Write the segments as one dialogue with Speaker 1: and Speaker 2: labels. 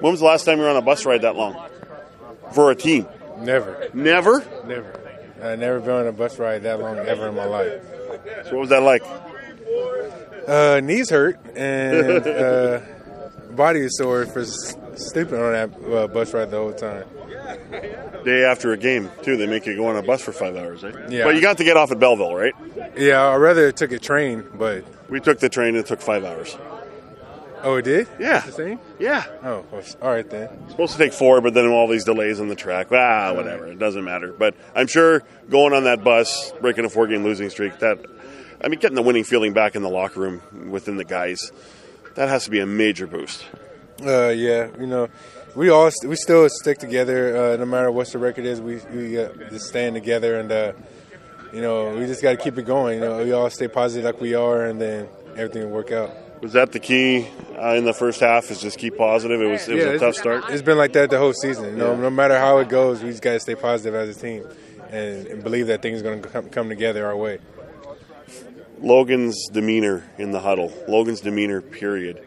Speaker 1: When was the last time you were on a bus ride that long for a team?
Speaker 2: Never,
Speaker 1: Never.
Speaker 2: never. I never been on a bus ride that long ever in my life.
Speaker 1: So what was that like?
Speaker 2: Uh, knees hurt and uh, body is sore for s- sleeping on that uh, bus ride the whole time.
Speaker 1: Day after a game, too. They make you go on a bus for five hours, right?
Speaker 2: Yeah.
Speaker 1: But you got to get off at Belleville, right?
Speaker 2: Yeah, I rather took a train, but
Speaker 1: We took the train. It took five hours.
Speaker 2: oh, it did.
Speaker 1: Yeah.
Speaker 2: It's the same.
Speaker 1: Yeah.
Speaker 2: Oh, well, s- all right then.
Speaker 1: Supposed to take four, but then all these delays on the track. Ah, whatever. It doesn't matter. But I'm sure going on that bus, breaking a four game losing streak, that, I mean, getting the winning feeling back in the locker room within the guys, that has to be a major boost.
Speaker 2: Uh, yeah, you know, we all st- we still stick together. Uh, no matter what the record is, we we uh, just stand together, and uh, you know, we just got to keep it going. You know, we all stay positive like we are, and then everything will work out.
Speaker 1: Was that the key uh, in the first half? Is just keep positive. It was it was a
Speaker 2: it's-
Speaker 1: tough start.
Speaker 2: It's been like that the whole season. You know, no matter how it goes, we just got to stay positive as a team and, and believe that things are going to come, come together our way.
Speaker 1: Logan's demeanor in the huddle, Logan's demeanor, period.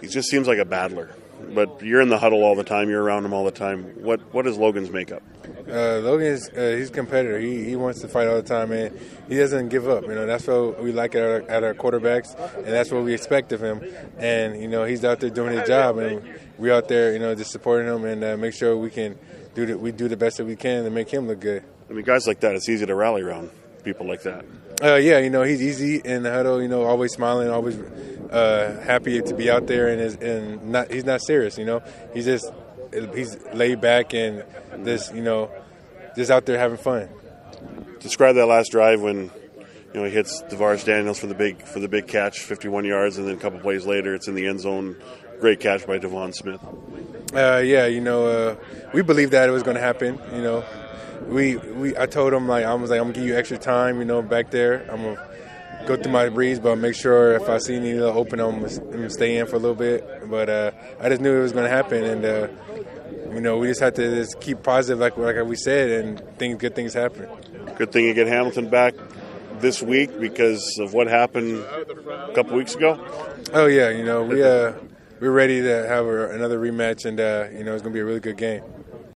Speaker 1: He just seems like a battler. But you're in the huddle all the time. You're around him all the time. What what is Logan's makeup?
Speaker 2: Uh, Logan is uh, he's a competitor. He, he wants to fight all the time, and he doesn't give up. You know, that's what we like at our, at our quarterbacks, and that's what we expect of him. And you know, he's out there doing his job, and we out there, you know, just supporting him and uh, make sure we can do the, we do the best that we can to make him look good.
Speaker 1: I mean, guys like that, it's easy to rally around people like that.
Speaker 2: Uh, yeah, you know he's easy in the huddle. You know, always smiling, always uh, happy to be out there, and is and not he's not serious. You know, he's just he's laid back and just you know just out there having fun.
Speaker 1: Describe that last drive when you know he hits Devaris Daniels for the big for the big catch, 51 yards, and then a couple plays later, it's in the end zone. Great catch by Devon Smith.
Speaker 2: Uh, yeah, you know, uh, we believed that it was going to happen. You know, we we I told him like I was like I'm gonna give you extra time. You know, back there I'm gonna go through my reads, but make sure if I see any little open, I'm gonna s- I'm gonna stay in for a little bit. But uh, I just knew it was going to happen, and uh, you know, we just had to just keep positive, like like we said, and things good things happen.
Speaker 1: Good thing you get Hamilton back this week because of what happened a couple weeks ago.
Speaker 2: Oh yeah, you know we uh, we're ready to have a, another rematch, and uh, you know it's gonna be a really good game.